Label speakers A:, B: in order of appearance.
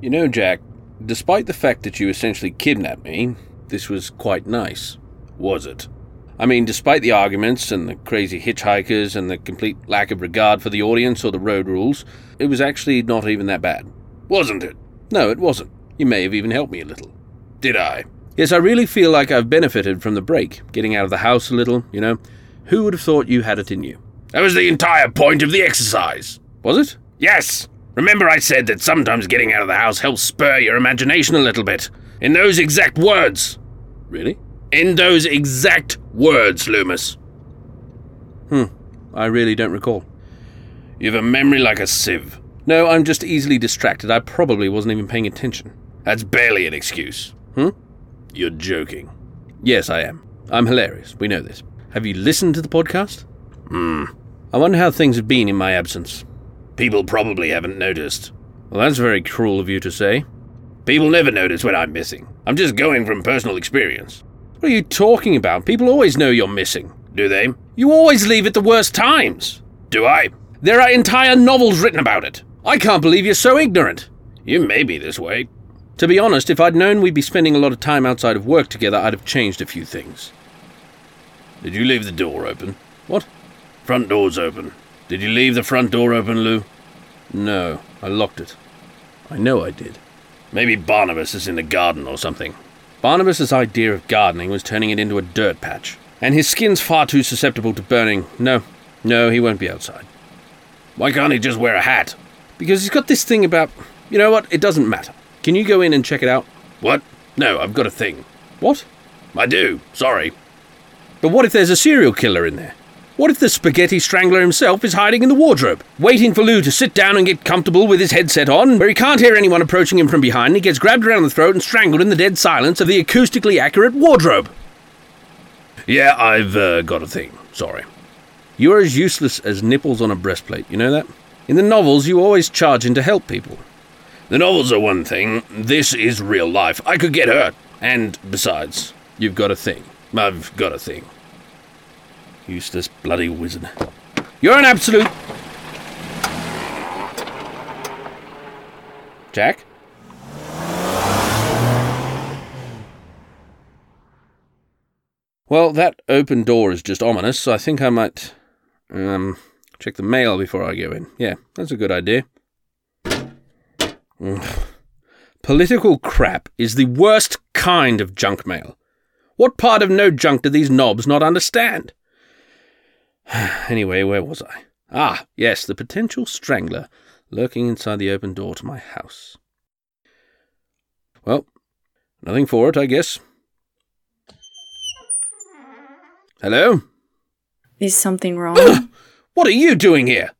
A: You know, Jack, despite the fact that you essentially kidnapped me, this was quite nice. Was it? I mean, despite the arguments and the crazy hitchhikers and the complete lack of regard for the audience or the road rules, it was actually not even that bad. Wasn't it? No, it wasn't. You may have even helped me a little. Did I? Yes, I really feel like I've benefited from the break, getting out of the house a little, you know. Who would have thought you had it in you?
B: That was the entire point of the exercise.
A: Was it?
B: Yes! Remember, I said that sometimes getting out of the house helps spur your imagination a little bit. In those exact words.
A: Really?
B: In those exact words, Loomis.
A: Hmm. I really don't recall.
B: You've a memory like a sieve.
A: No, I'm just easily distracted. I probably wasn't even paying attention.
B: That's barely an excuse.
A: Hmm?
B: You're joking.
A: Yes, I am. I'm hilarious. We know this. Have you listened to the podcast?
B: Hmm.
A: I wonder how things have been in my absence.
B: People probably haven't noticed.
A: Well, that's very cruel of you to say.
B: People never notice when I'm missing. I'm just going from personal experience.
A: What are you talking about? People always know you're missing.
B: Do they?
A: You always leave at the worst times.
B: Do I?
A: There are entire novels written about it. I can't believe you're so ignorant.
B: You may be this way.
A: To be honest, if I'd known we'd be spending a lot of time outside of work together, I'd have changed a few things.
B: Did you leave the door open?
A: What?
B: Front door's open. Did you leave the front door open, Lou?
A: No, I locked it. I know I did.
B: Maybe Barnabas is in the garden or something.
A: Barnabas's idea of gardening was turning it into a dirt patch, and his skin's far too susceptible to burning. No, no, he won't be outside.
B: Why can't he just wear a hat?
A: Because he's got this thing about. You know what? It doesn't matter. Can you go in and check it out?
B: What? No, I've got a thing.
A: What?
B: I do. Sorry.
A: But what if there's a serial killer in there? What if the spaghetti strangler himself is hiding in the wardrobe, waiting for Lou to sit down and get comfortable with his headset on, where he can't hear anyone approaching him from behind, and he gets grabbed around the throat and strangled in the dead silence of the acoustically accurate wardrobe?
B: Yeah, I've uh, got a thing. Sorry.
A: You're as useless as nipples on a breastplate, you know that? In the novels, you always charge in to help people.
B: The novels are one thing, this is real life. I could get hurt. And besides,
A: you've got a thing.
B: I've got a thing.
A: Useless bloody wizard. You're an absolute. Jack? Well, that open door is just ominous, so I think I might. Um, check the mail before I go in. Yeah, that's a good idea. Ugh. Political crap is the worst kind of junk mail. What part of no junk do these knobs not understand? anyway, where was I? Ah, yes, the potential strangler lurking inside the open door to my house. Well, nothing for it, I guess. Hello?
C: Is something wrong?
A: what are you doing here?